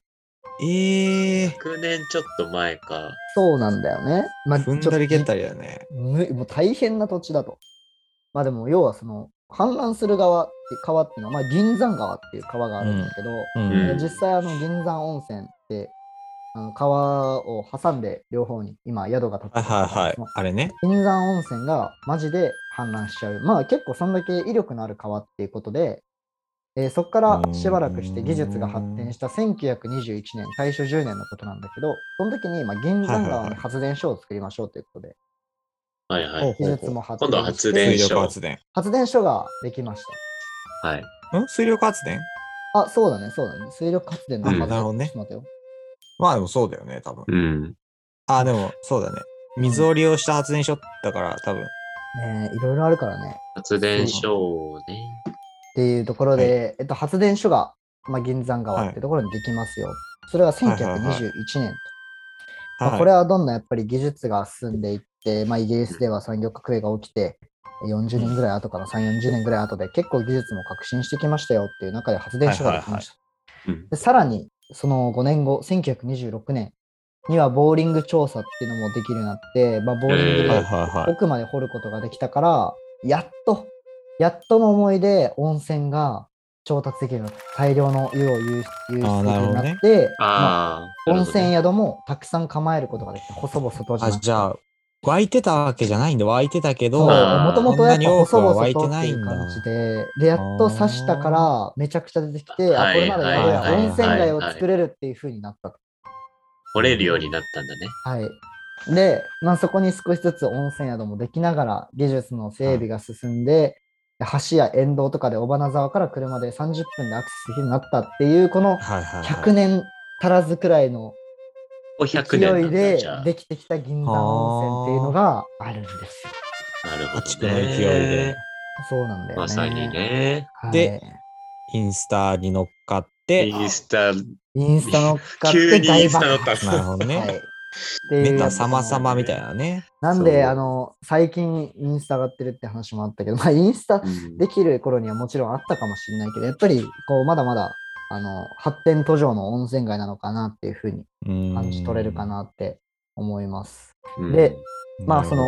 Speaker 3: ええ
Speaker 2: ?100 年ちょっと前か。
Speaker 1: そうなんだよね。まあ、
Speaker 3: ー。踏んだり蹴ったりだね。
Speaker 1: ぬもう大変な土地だと。まあでも、要はその、氾濫する側っっていう川っていうのは、まあ、銀山川っていう川があるんだけど、
Speaker 3: うん
Speaker 2: うん
Speaker 1: で実際あの銀山温泉ってあの川を挟んで両方に今宿が建って
Speaker 3: はい
Speaker 1: る
Speaker 3: はいはい。あれね。
Speaker 1: 銀山温泉がマジで氾濫しちゃう。まあ結構そんだけ威力のある川っていうことで、えーそこからしばらくして技術が発展した1921年、大正10年のことなんだけど、その時にまあ銀山川に発電所を作りましょうということで、
Speaker 2: はいはい。
Speaker 1: 技術も発
Speaker 2: 今度は
Speaker 1: 展
Speaker 2: 発
Speaker 1: し
Speaker 2: 電
Speaker 3: 水
Speaker 1: て、
Speaker 2: 所
Speaker 3: 力発電。
Speaker 1: 発電所ができまし
Speaker 2: はい。
Speaker 3: ん水力発電
Speaker 1: た。あ、そうだね、そうだね。水力発電の
Speaker 2: うん
Speaker 1: 発電
Speaker 3: なるほど
Speaker 1: ち
Speaker 3: ね
Speaker 1: ょっと待ってよ。
Speaker 3: まあでもそうだよね、多分。
Speaker 2: うん。
Speaker 3: あ、でもそうだね。水を利用した発電所だから、多分。
Speaker 1: ねえいろいろあるからね。
Speaker 2: 発電所をね。
Speaker 1: っていうところで、えっと、発電所が、まあ、銀山川ってところにできますよ。それが1921年と。
Speaker 3: はいはいはい
Speaker 1: まあ、これはどんどんやっぱり技術が進んでいって、まあ、イギリスでは産業革命が起きて、40年ぐらい後かな、3、40年ぐらい後で結構技術も革新してきましたよっていう中で発電所ができました。
Speaker 2: うん
Speaker 1: でさらに、その5年後、1926年にはボーリング調査っていうのもできるようになって、まあ、ボーリング
Speaker 2: えー
Speaker 1: で
Speaker 2: はい
Speaker 3: は
Speaker 1: 奥まで掘ることができたから、やっと、やっとの思いで温泉が調達できるようになった大量の湯を流出流出できるようになって、まあ
Speaker 2: ああ。
Speaker 1: 温泉
Speaker 2: や。
Speaker 1: 宿もたくさん構えることができて、細々閉じま
Speaker 3: あ、
Speaker 1: した
Speaker 3: じゃあ、湧いてたわけじゃないんだ。湧いてたけ
Speaker 1: そ
Speaker 3: ど、
Speaker 1: う、
Speaker 2: あー
Speaker 1: もともとやっぱ細
Speaker 3: そんなに多くは湧
Speaker 1: 々
Speaker 3: い
Speaker 1: と
Speaker 3: て
Speaker 1: っ
Speaker 3: な
Speaker 1: て
Speaker 3: い
Speaker 1: い
Speaker 3: ん
Speaker 1: う
Speaker 3: だ
Speaker 1: 感じで、で、やっと刺したから、めちゃくちゃ出てきて、あ、これまでやべえ
Speaker 3: はいはいはいはい
Speaker 1: 温泉街を作れるっていう風になったと。
Speaker 2: 掘れるようになったんだね。
Speaker 1: はい。で、まあ、そこに少しずつ温泉宿もできながら技術の整備が進んで、橋や沿道とかで尾花沢から車で30分でアクセスできるようになったっていうこの
Speaker 3: はいはい、はい。
Speaker 1: 100年足らずくらいの
Speaker 2: お100年
Speaker 1: 勢
Speaker 2: ないん
Speaker 1: で
Speaker 2: だじゃあ。
Speaker 1: できてきた銀山温泉っていうのがあるんですよ。
Speaker 2: なるほ
Speaker 3: 地
Speaker 2: ど
Speaker 3: 区の勢い
Speaker 2: ね
Speaker 3: で。
Speaker 1: そうなんだよね。
Speaker 2: まさにね。
Speaker 1: はい。
Speaker 3: でインスタに乗っかって、
Speaker 2: インスタ、
Speaker 1: インスタ乗っかっ
Speaker 2: 急
Speaker 1: て
Speaker 2: にインスタ乗
Speaker 1: 爆発
Speaker 2: ったっす
Speaker 3: なるほど
Speaker 1: はい
Speaker 3: ね。
Speaker 1: っていう
Speaker 3: メタ様様みたいなね。
Speaker 1: なん
Speaker 2: そう
Speaker 1: で、あの、最近インスタ上がってるって話もあったけど、まあ、インスタ
Speaker 2: うん
Speaker 1: できる頃にはもちろんあったかもしれないけど、やっぱりこうまだまだあの発展途上の温泉街なのかなっていうふうに感じ取れるかなって思います。
Speaker 2: うん
Speaker 1: で
Speaker 3: うん。
Speaker 1: まあその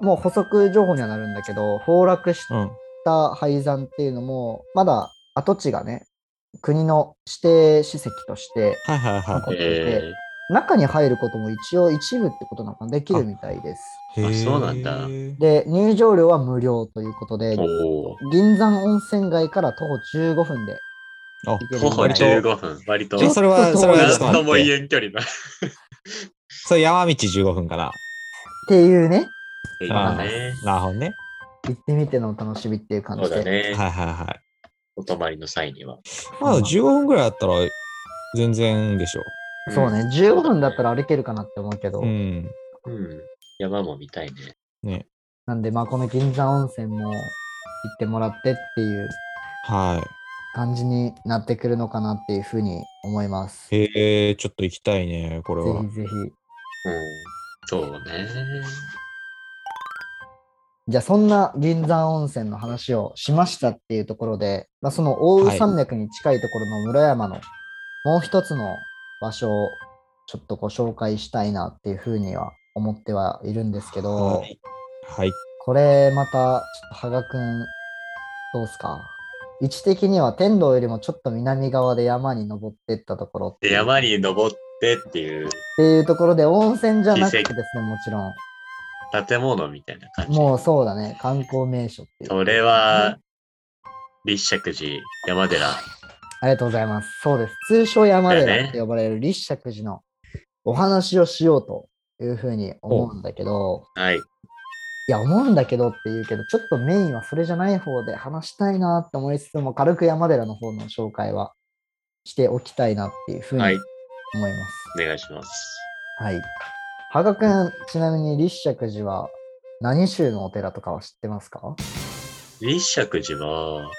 Speaker 1: もう補足情報にはなるんだけど、崩落し
Speaker 3: なるほ
Speaker 1: た廃山っていうのも、まだ跡地がね、国の指定史跡として、
Speaker 3: ど。うん。はいはいは
Speaker 2: え
Speaker 1: 中に入ることも一応一部ってことなのかなできるみたいです。
Speaker 3: い。
Speaker 2: あ
Speaker 3: へー
Speaker 2: そうなんだ
Speaker 1: で、入場料は無料ということで
Speaker 2: ー、、おお。
Speaker 1: 銀山温泉街から徒歩15分で
Speaker 3: あ
Speaker 1: 行ける
Speaker 2: 徒歩
Speaker 1: みたい
Speaker 2: 15分、割と。
Speaker 1: ちょ
Speaker 3: え、
Speaker 1: っ
Speaker 3: それは、それは、
Speaker 1: ちょ
Speaker 2: な
Speaker 1: っ
Speaker 2: ん
Speaker 1: と
Speaker 2: とも
Speaker 3: 待って
Speaker 2: 言えん距離だ。
Speaker 3: それ山道15分かな。
Speaker 1: っていうね。
Speaker 2: いいよね。
Speaker 3: なるほどね。
Speaker 1: 行ってみてのお楽しみっていう感
Speaker 2: そう
Speaker 1: じ
Speaker 2: だ
Speaker 1: で。
Speaker 2: ね。
Speaker 3: はいはいはい。
Speaker 2: お泊まりの際には。
Speaker 3: まあ15分ぐらいあったら全然でしょ
Speaker 1: そうね、15分だったら歩けるかなって思うけど、
Speaker 3: う。うん。
Speaker 2: うん。うん。山も見たいね。
Speaker 3: ね。
Speaker 1: なんで、まあ、この銀山温泉も行ってもらってっていう
Speaker 3: は
Speaker 1: 感じになってくるのかなっていうふうに思います。
Speaker 3: い。
Speaker 1: ぜ
Speaker 3: へえ、ちょっと行きたいね、これは
Speaker 1: ひ。ぜひ。
Speaker 2: うん。そうね。
Speaker 1: じゃあ、そんな銀山温泉の話をしましたっていうところで、まあ、その大宇山脈に近いところの村山のもう一つの場所をちょっとご紹介したいなっていうふうには思ってはいるんですけど、
Speaker 3: はい。はい。
Speaker 1: これまた、ちょっと羽賀くん、どうすか位置的には天童よりもちょっと南側で山に登っていったところって
Speaker 2: で、
Speaker 1: いうっ
Speaker 2: 山に登ってっていう
Speaker 1: ていうところで温泉じゃなくてですね、もちろん。
Speaker 2: 建物みたいな感じ。
Speaker 1: もうそうだね、観光名所っていう。
Speaker 2: それは、立石寺、山寺。
Speaker 1: ありがとうございます。そうです。通称山
Speaker 2: だよ
Speaker 1: 寺
Speaker 2: ね
Speaker 1: って呼ばれる立石寺のお話をしようというふうに思うんだけど、
Speaker 2: はい。
Speaker 1: いや、思うんだけどって言うけど、ちょっとメインはそれじゃない方で話したいなって思いつつも、軽く山寺の方の紹介はしておきたいなっていうふうに
Speaker 2: はい。
Speaker 1: 思います。
Speaker 2: お願いします。
Speaker 1: はい。羽賀くん、ちなみに立石寺は何宗のお寺とかは知ってますか
Speaker 2: 立石寺は、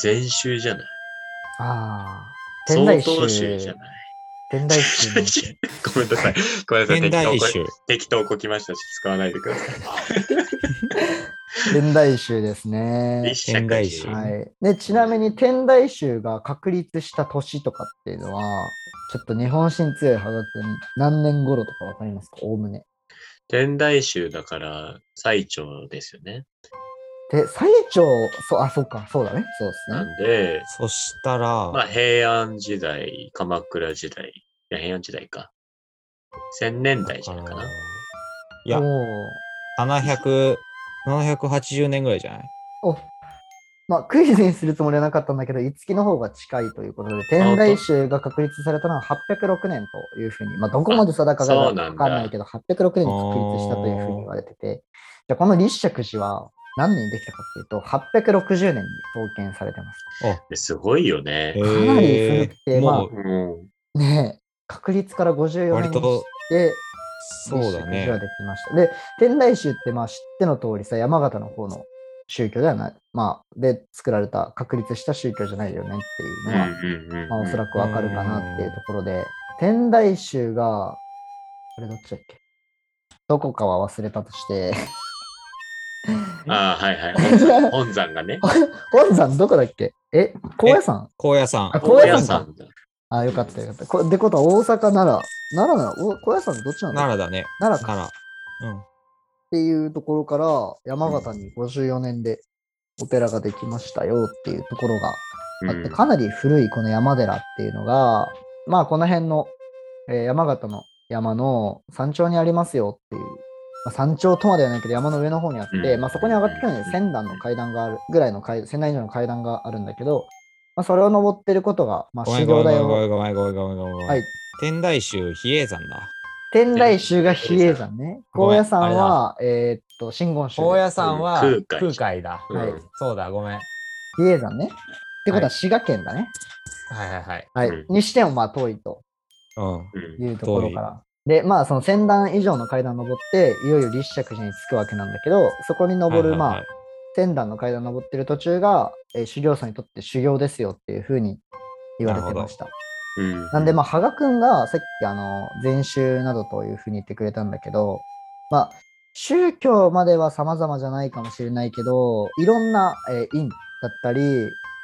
Speaker 2: 禅宗じゃない
Speaker 1: ああ、天
Speaker 2: 曹
Speaker 1: 台
Speaker 2: 洞宗じゃ
Speaker 1: 宗。
Speaker 2: ない
Speaker 1: 天台 宗の宗
Speaker 2: ごめんなさい。ごめんなさい。
Speaker 3: 仙台
Speaker 2: 適当
Speaker 3: 州。
Speaker 2: 適当こきましたし、使わないでください。
Speaker 1: 天台宗ですね。
Speaker 2: 立石
Speaker 3: 仙
Speaker 2: 寺
Speaker 3: 台宗
Speaker 1: はい。で、ちなみに天台宗が確立した年とかっていうのは、ちょっと日本史に強い羽賀くん、何年頃とかわかりますかおおむね。
Speaker 2: 天台宗だから最長ですよね。
Speaker 1: で、最長、そう、あ、そうか、そうだね。そうですね。
Speaker 2: なんで、
Speaker 3: そしたら、
Speaker 2: まあ、平安時代、鎌倉時代、いや、平安時代か。千年代じゃないか
Speaker 3: だ
Speaker 2: な。
Speaker 3: いや
Speaker 1: もう、
Speaker 3: ら700、780年ぐらいじゃない
Speaker 1: お、まあ、クイズにするつもりはなかったんだけど、五木の方が近いということで、天台宗が確立されたのは806年というふうに、まあ、どこまで定かが
Speaker 2: あそ
Speaker 1: わ
Speaker 2: うなんだ
Speaker 1: かんないけど、806年に確立したというふうに言われてて、じゃあこの立石寺は何年にできたかっていうと、860年に創建されてます。
Speaker 2: ですごいよね。
Speaker 1: かなり古くて
Speaker 3: えー
Speaker 1: まあ
Speaker 3: もう、
Speaker 2: うん。
Speaker 1: ねえ、確立から54年
Speaker 3: 割
Speaker 1: にし
Speaker 3: と
Speaker 1: て、
Speaker 3: そうだ
Speaker 1: 立石寺は
Speaker 3: ね。
Speaker 1: できました。で、天台宗って、まあ、知っての通りさ、山形の方の宗教ではない、まあ、で作られた、確立した宗教じゃないよねっていう
Speaker 2: う
Speaker 1: のは、
Speaker 2: んうんうんうん。
Speaker 1: まあ、おそらくわかるかなっていうところで、天台宗が、あれどっちだっけどこかは忘れたとして、
Speaker 2: ああ、はいはい。本山本山がね。
Speaker 1: 本山どこだっけえ、高野山
Speaker 3: 高野山。
Speaker 1: あ高野山か
Speaker 2: 山だ。
Speaker 1: あ、よかったよかった。こってことは大阪、奈良。奈良なのお高野山ってどっちなの
Speaker 3: 奈良だね。
Speaker 1: 奈良か
Speaker 3: 奈良。うん。
Speaker 1: っていうところから山形に54年でお寺ができましたよっていうところがあって、
Speaker 2: うん
Speaker 1: かなり古いこの山寺っていうのがまあこの辺の、えー山形の山の山頂にありますよっていう、まあ山頂とまではないけど山の上の方にあって、
Speaker 2: うん
Speaker 1: まあ、そこに上がってくるのに
Speaker 2: うん
Speaker 1: 1000段の階段があるぐらいの階1000段以上の階段があるんだけど、まあ、それを登ってることが、まあ、
Speaker 3: ごめ
Speaker 1: 修
Speaker 3: んごめ
Speaker 1: 行
Speaker 3: んご
Speaker 1: だ
Speaker 3: めんごめ
Speaker 1: よ。
Speaker 3: んごめんごめんごめんごめんごめん。
Speaker 1: はい
Speaker 3: 天台宗比叡山だ。
Speaker 1: 天台宗が比叡山ね。
Speaker 3: ご
Speaker 1: 高
Speaker 3: めん
Speaker 1: 野山は、えーっと、真言宗。
Speaker 3: 高野山は
Speaker 2: 空海
Speaker 3: 空海だ。
Speaker 2: うん
Speaker 1: はい
Speaker 3: そうだ、ごめん。はい
Speaker 1: 比叡山ね。ってことは滋賀県だね。
Speaker 3: はいはい。
Speaker 1: はい。
Speaker 2: う
Speaker 1: にしてもまあ遠いと
Speaker 3: うん。
Speaker 2: うん
Speaker 1: いうところから。で、まあその1000段以上の階段登って、いよいよ立石寺に着くわけなんだけど、そこに登る、
Speaker 3: はい
Speaker 1: ま
Speaker 3: は
Speaker 1: あ
Speaker 3: い
Speaker 1: 1000段の階段登ってる途中が、えー修行僧にとって修行ですよっていうふうに言われてました。
Speaker 2: うん。
Speaker 1: なんで、まあ、羽賀くんがさっき、あの、禅宗などというふうに言ってくれたんだけど、まあ、宗教までは様々じゃないかもしれないけど、いろんな、えー院だったり、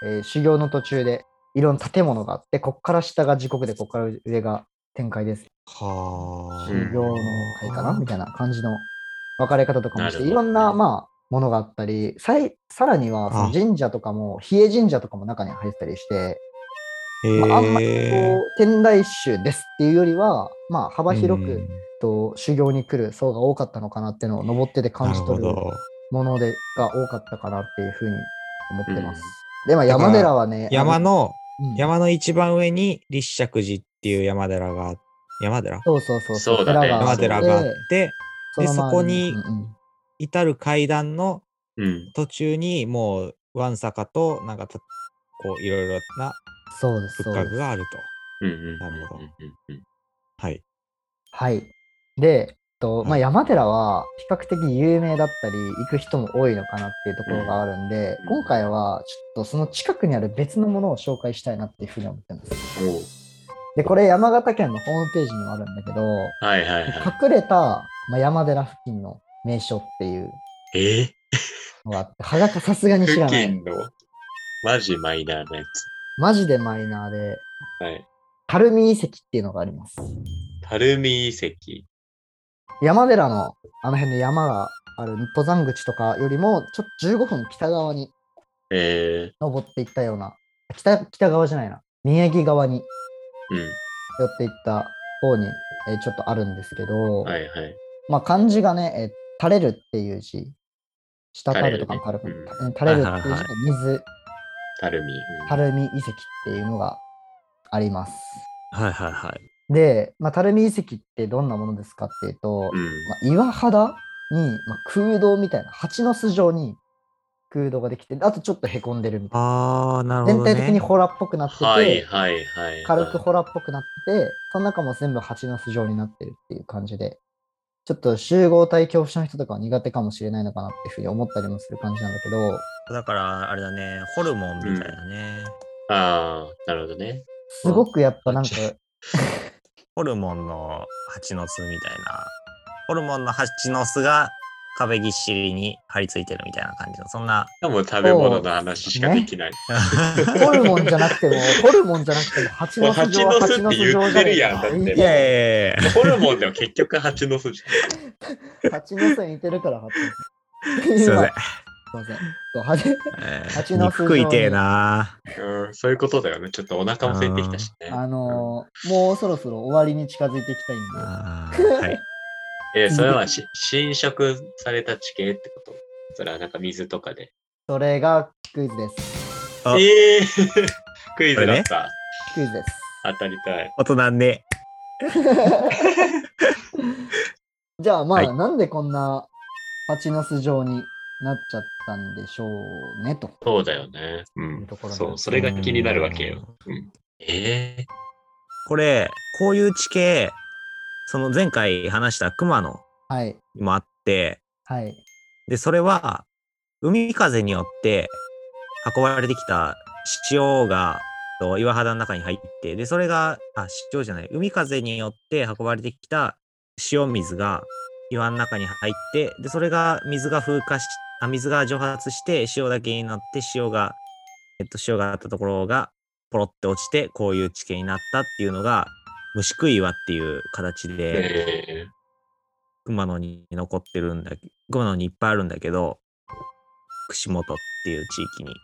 Speaker 1: えー修行の途中でいろんな建物があって、こっから下が地獄で、こっから上が天界です。
Speaker 3: はあ。
Speaker 2: うん
Speaker 1: 修行の界かな、みたいな感じの分かれ方とかもして、
Speaker 2: なる
Speaker 1: い
Speaker 2: ほ
Speaker 1: ろ
Speaker 2: ど
Speaker 1: んな、まあ、ものがあったり、さいさらにはその
Speaker 3: あ
Speaker 1: 神社とかも、比叡神社とかも中に入ってたりして、まあ、あんまり
Speaker 3: へ
Speaker 1: こう天台宗ですっていうよりは、まあ、幅
Speaker 3: ー
Speaker 1: 広
Speaker 3: う
Speaker 1: く
Speaker 3: ん
Speaker 1: と修行に来る層が多かったのかなっていうのを登ってて感じ取
Speaker 3: な
Speaker 1: る
Speaker 3: ほど
Speaker 1: ものでが多かったかなっていうふうに思ってます。
Speaker 2: うん
Speaker 1: でまあ山寺はね
Speaker 3: 山、の、
Speaker 1: あのうん
Speaker 3: 山の一番上に立石寺っていう山寺が、山寺
Speaker 1: そうそうそう
Speaker 2: そうだね
Speaker 3: 山寺があって、
Speaker 1: の周り
Speaker 3: そこに
Speaker 1: うんうん
Speaker 3: 至る階段の
Speaker 2: うん。
Speaker 3: 途中にもう、わんさかと、なんかた、こう、いろいろな
Speaker 1: そうですそう
Speaker 3: 仏
Speaker 1: です
Speaker 3: 閣がある
Speaker 2: うんうん。
Speaker 3: なるほど
Speaker 2: うんうんうん
Speaker 3: と。はい。
Speaker 1: はい。で、えっとまあ、
Speaker 3: はい
Speaker 1: 山寺は比較的有名だったり、行く人も多いのかなっていうところがあるんで、
Speaker 2: うん
Speaker 1: 今回はちょっとその近くにある別のものを紹介したいなっていうふうに思ってます。
Speaker 2: うんおう
Speaker 1: で、これ山形県のホームページにもあるんだけど、
Speaker 2: はいはいは
Speaker 1: 隠れた、まあ、山寺付近の名所っていう
Speaker 2: い。えー
Speaker 1: のがあって、はがかさすがに知
Speaker 2: 付
Speaker 1: らない。
Speaker 2: 近のマジマイナーなや
Speaker 1: マジでマイナーで、
Speaker 2: つ。はい。
Speaker 1: 垂水遺跡っていうのがあります。
Speaker 2: 垂水遺跡。
Speaker 1: 山寺のあの辺の山がある登山口とかよりも、ちょっと15分北側に
Speaker 2: え
Speaker 1: 登っていったような、北北側じゃないな、宮城側に
Speaker 2: ー、
Speaker 1: 寄っていった方に、えーちょっとあるんですけど、
Speaker 2: うん。はいはい。
Speaker 1: まあ漢字がね、えー垂れるっていう字、滴るとか垂れ
Speaker 2: 垂れ
Speaker 1: る,、
Speaker 2: るね
Speaker 1: 垂れるっていう字で水、
Speaker 2: 垂水。
Speaker 1: 垂水遺跡っていうのがあります。
Speaker 3: はいはいはい。
Speaker 1: で、まあ、垂水遺跡ってどんなものですかっていうと、
Speaker 2: うん。
Speaker 1: まあ、岩肌に、まあ、空洞みたいな、蜂の巣状に空洞ができて、あとちょっとへこんでるみたい
Speaker 3: ああ、なる
Speaker 1: な。
Speaker 3: ほ
Speaker 1: 全
Speaker 3: ど、ね。
Speaker 1: 体的にホラっぽくなってて、
Speaker 2: はいはいはい。
Speaker 1: 軽くホラっぽくなってて、その中も全部蜂の巣状になってるっていう感じで、ちょっと集合体恐怖症の人とかは苦手かもしれないのかなっていうふうに思ったりもする感じなんだけど、
Speaker 3: だから、あれだね、ホルモンみたいなね。
Speaker 2: ああ、なるほどね。
Speaker 1: すごくやっぱなんか、
Speaker 3: ホルモンの蜂の巣みたいな。ホルモンの蜂の巣が壁ぎっしりに張り付いてるみたいな感じの、そんな。
Speaker 2: でも食べ物の話しかできない。
Speaker 1: ホルモンじゃなくても、ホルモンじゃなくても蜂の巣状は蜂の巣状じゃねえか
Speaker 2: 蜂の巣って言ってるやんだって
Speaker 3: いやいやいやいや
Speaker 2: ホルモンでも結局蜂の巣じゃん。
Speaker 1: 蜂の巣に似てるから蜂の巣。
Speaker 3: すいません。
Speaker 1: ません。そうはじ
Speaker 3: え
Speaker 1: 蜂
Speaker 3: ー
Speaker 1: の
Speaker 3: 肉
Speaker 1: 巣状
Speaker 3: 食
Speaker 1: に
Speaker 3: いてえな。
Speaker 2: うん、そういうことだよね。ちょっとお腹も減ってきたしね。
Speaker 1: あのーもうそろそろ終わりに近づいていきたいんで。
Speaker 3: あーはい。
Speaker 2: えーそれはし侵食された地形ってことそれはなんか水とかで。
Speaker 1: それがクイズです。
Speaker 3: あ
Speaker 2: えー、 クイズだった、
Speaker 1: クイズです。
Speaker 2: 当たりたい。
Speaker 3: 大人ね。
Speaker 1: じゃあまあ、
Speaker 3: はい
Speaker 1: なんでこんな蜂の巣状になっちゃったんでしょうねと。
Speaker 2: そうだよね。う
Speaker 1: いうんとこ。ろなんですね
Speaker 2: そう、それが気になるわけよ。うん、え
Speaker 3: これ、こういう地形、その前回話した熊野
Speaker 1: はい。
Speaker 3: もあって、
Speaker 1: はい。
Speaker 3: で、それは、海風によって運ばれてきた潮がと岩肌の中に入って、で、それが、あ、潮じゃない、海風によって運ばれてきた潮水が岩の中に入って、で、それが水が風化し、あ水が蒸発して潮だけになって、潮が、えっと、潮があったところがポロって落ちて、こういう地形になったっていうのが、虫食い岩っていう形
Speaker 2: ー、
Speaker 3: で、
Speaker 2: えー、
Speaker 3: 熊野に残ってるんだけ熊野にいっぱいあるんだけど串本っていう地域に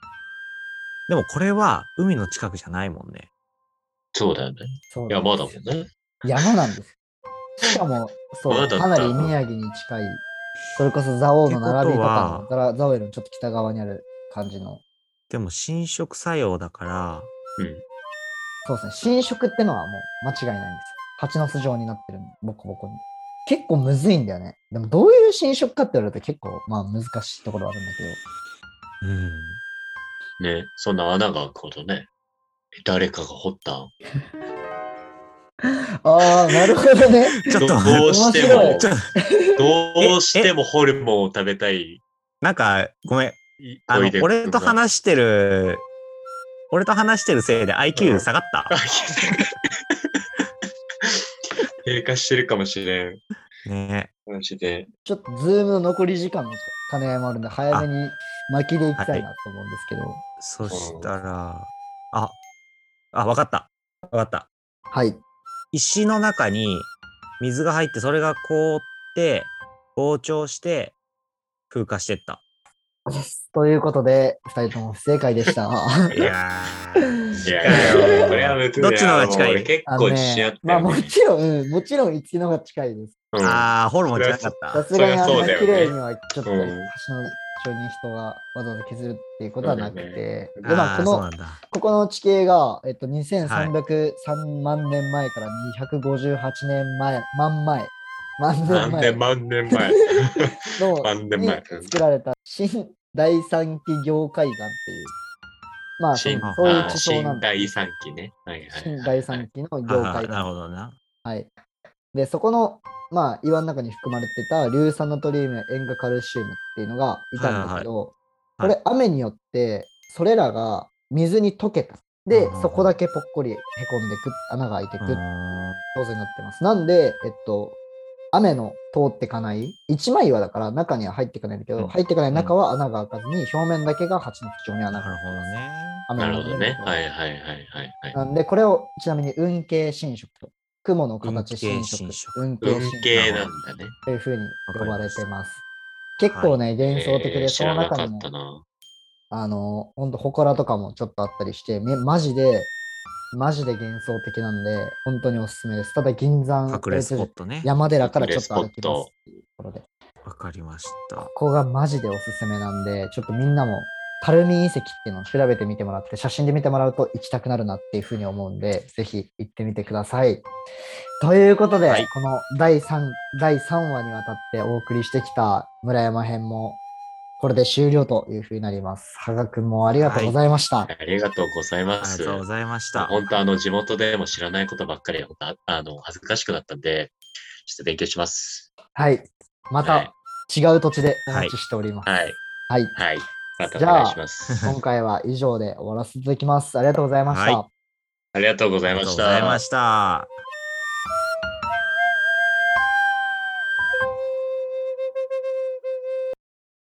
Speaker 3: でもこれは海の近くじゃないもんね
Speaker 2: そうだよね。
Speaker 1: そうなん
Speaker 2: 山
Speaker 1: で
Speaker 2: だもん
Speaker 1: す
Speaker 2: ね。
Speaker 1: 山なんです。しかも、そう、
Speaker 2: 山だった
Speaker 1: かなり宮城に近い、それこそ蔵王の並びと
Speaker 3: って
Speaker 1: か
Speaker 3: こ
Speaker 1: の、ザ蔵王よりもちょっと北側にある感じの、
Speaker 3: でも侵食作用だから
Speaker 2: うん。
Speaker 1: そうですね、侵食ってのはもう間違いないんですよ。蜂の巣状になってるんで、ボコボコに。結構むずいんだよね。でもどういう侵食かって言われると結構まあ難しいところはあるんだけど。
Speaker 3: うん
Speaker 2: ね、そんな穴が開くほどね。誰かが掘ったん。
Speaker 1: ああ、なるほどね。
Speaker 3: ちょっと
Speaker 2: どうして
Speaker 1: 面白
Speaker 2: も
Speaker 1: い、
Speaker 3: ちょ
Speaker 2: どうしてもホルモンを食べたい。
Speaker 3: なんかごめんあ
Speaker 2: お
Speaker 3: の
Speaker 2: いでくん
Speaker 3: 俺と
Speaker 2: が
Speaker 3: 話してる俺と話してるせいで
Speaker 2: う
Speaker 3: IQ
Speaker 2: ん
Speaker 3: 下がった、
Speaker 2: 低下してるかもしれん。
Speaker 3: ね
Speaker 2: マジで。
Speaker 1: ちょっとズームの残り時間の兼ね合いもあるんで、早めに巻きでいきたいなと思うんですけど。
Speaker 3: そしたらああわかったわかった
Speaker 1: はい。
Speaker 3: 石の中に水が入ってそれが凍って膨張して風化してった。
Speaker 1: ということで、二人とも不正解でした。
Speaker 3: いや
Speaker 2: い
Speaker 3: ー
Speaker 2: やいや、これはむずいな
Speaker 3: どっちの方が近い
Speaker 2: もう俺結
Speaker 1: あ
Speaker 2: 構
Speaker 1: のね
Speaker 2: 自信あった
Speaker 1: まあ
Speaker 2: よ
Speaker 1: も
Speaker 2: ね。
Speaker 1: ちろん、うんもちろん、いつきの方が近いです。
Speaker 2: うん
Speaker 3: あー、ホルモンじゃなかっ
Speaker 1: さ
Speaker 3: た。
Speaker 1: すがにあん
Speaker 2: そ
Speaker 1: な
Speaker 2: りゃそうだよ
Speaker 1: 綺
Speaker 2: ね
Speaker 1: 麗には、ちょっと、橋
Speaker 2: うん
Speaker 1: の上に人がわざわざ削るっていうことはなくて、
Speaker 2: そうだ
Speaker 1: で、
Speaker 2: ね
Speaker 1: まあ、
Speaker 3: あ
Speaker 1: こ
Speaker 3: ー、そう
Speaker 1: の
Speaker 3: なん、だ。
Speaker 1: ここの地形が、えっと、2303万年前から258年前、万前、万年
Speaker 2: 何
Speaker 1: 前
Speaker 2: 年、万年前。
Speaker 1: の
Speaker 2: 万年前
Speaker 1: に作られた新第三期業海岸っていう、まあ、そう
Speaker 2: 新
Speaker 1: そういう
Speaker 2: あー
Speaker 1: 地層なんだ。
Speaker 2: 新第三期ね。はいはいはい
Speaker 1: 新第三期の業
Speaker 3: あ
Speaker 1: 界
Speaker 3: ーな
Speaker 1: が。
Speaker 3: るほどな。
Speaker 1: はい。で、そこの、まあ、岩の中に含まれてた硫酸ナトリウム、塩化カルシウムっていうのがいたんだけど、
Speaker 3: はいはいはい
Speaker 1: これ、雨によって、それらが水に溶けた。で
Speaker 3: うん、
Speaker 1: そこだけぽっこりへこんでく、穴が開いて
Speaker 3: う
Speaker 1: く
Speaker 3: ー
Speaker 1: っ
Speaker 3: ん
Speaker 1: ていう構造になってます。なんで、えっと、雨の通ってかない、一枚岩だから中には入ってかないんだけど、
Speaker 3: うん
Speaker 1: 入ってかない中は穴が開かずに、表面だけが鉢の口状に穴
Speaker 3: な
Speaker 1: が開
Speaker 3: る
Speaker 1: いて
Speaker 3: ほど
Speaker 1: ます。
Speaker 3: ね。
Speaker 1: 雨
Speaker 2: な
Speaker 1: の
Speaker 2: るほどね。
Speaker 1: 上に
Speaker 2: はいはいはいはい。
Speaker 1: な
Speaker 2: はい
Speaker 1: んで、これをちなみに運慶侵食と、雲の形侵
Speaker 3: 運
Speaker 1: 食
Speaker 3: 慶侵、食
Speaker 1: 運慶
Speaker 2: 文
Speaker 1: 侵
Speaker 2: 系
Speaker 1: 食
Speaker 2: なんだね。
Speaker 1: というふうに呼ばれてます。
Speaker 3: りました
Speaker 1: 結構ね、幻想的
Speaker 2: え
Speaker 1: で、
Speaker 2: ー
Speaker 1: そ
Speaker 2: 知
Speaker 1: の
Speaker 2: らなか
Speaker 1: 中に
Speaker 2: っ
Speaker 1: も
Speaker 2: た、な。
Speaker 1: あの、ほんと、祠とかもちょっとあったりして、めマジで、マジで幻想的なんで、本当におすすめです。ただ、銀山、
Speaker 3: 隠れスポットね。
Speaker 1: 山寺からちょっと歩き
Speaker 2: 隠れスポ
Speaker 1: ま
Speaker 2: ッ
Speaker 1: す
Speaker 2: ト
Speaker 1: っていうところで。
Speaker 3: わかりました
Speaker 1: こ。こがマジでおすすめなんで、ちょっとみんなも、タルミ遺跡っていうのを調べてみてもらって、写真で見てもらうと行きたくなるなっていうふうに思うんで、ぜひ行ってみてください。ということで、
Speaker 2: はい
Speaker 1: この第 3, 第3話にわたってお送りしてきた村山編も、これで終了というふうになります。羽賀君もありがとうございました。
Speaker 2: ありがとうございま
Speaker 3: あり
Speaker 2: す
Speaker 3: が。とうございました。
Speaker 2: 本当あの地元でも知らないことばっかりでああの恥ずかしくなったんで、ちょっと勉強します。
Speaker 1: はい。ま
Speaker 2: は
Speaker 1: た
Speaker 2: い
Speaker 1: 違う土地でお待ちしております。
Speaker 2: はい。
Speaker 1: はい。
Speaker 2: はい。またお
Speaker 1: じゃあ
Speaker 2: 願いします。
Speaker 1: 今回は以上で終わらせていただきます。ありがとうございました。
Speaker 3: はい
Speaker 2: ありがとうござ
Speaker 3: あ
Speaker 2: いま
Speaker 3: りがとう
Speaker 2: し
Speaker 3: ござい
Speaker 2: た
Speaker 3: ま。した。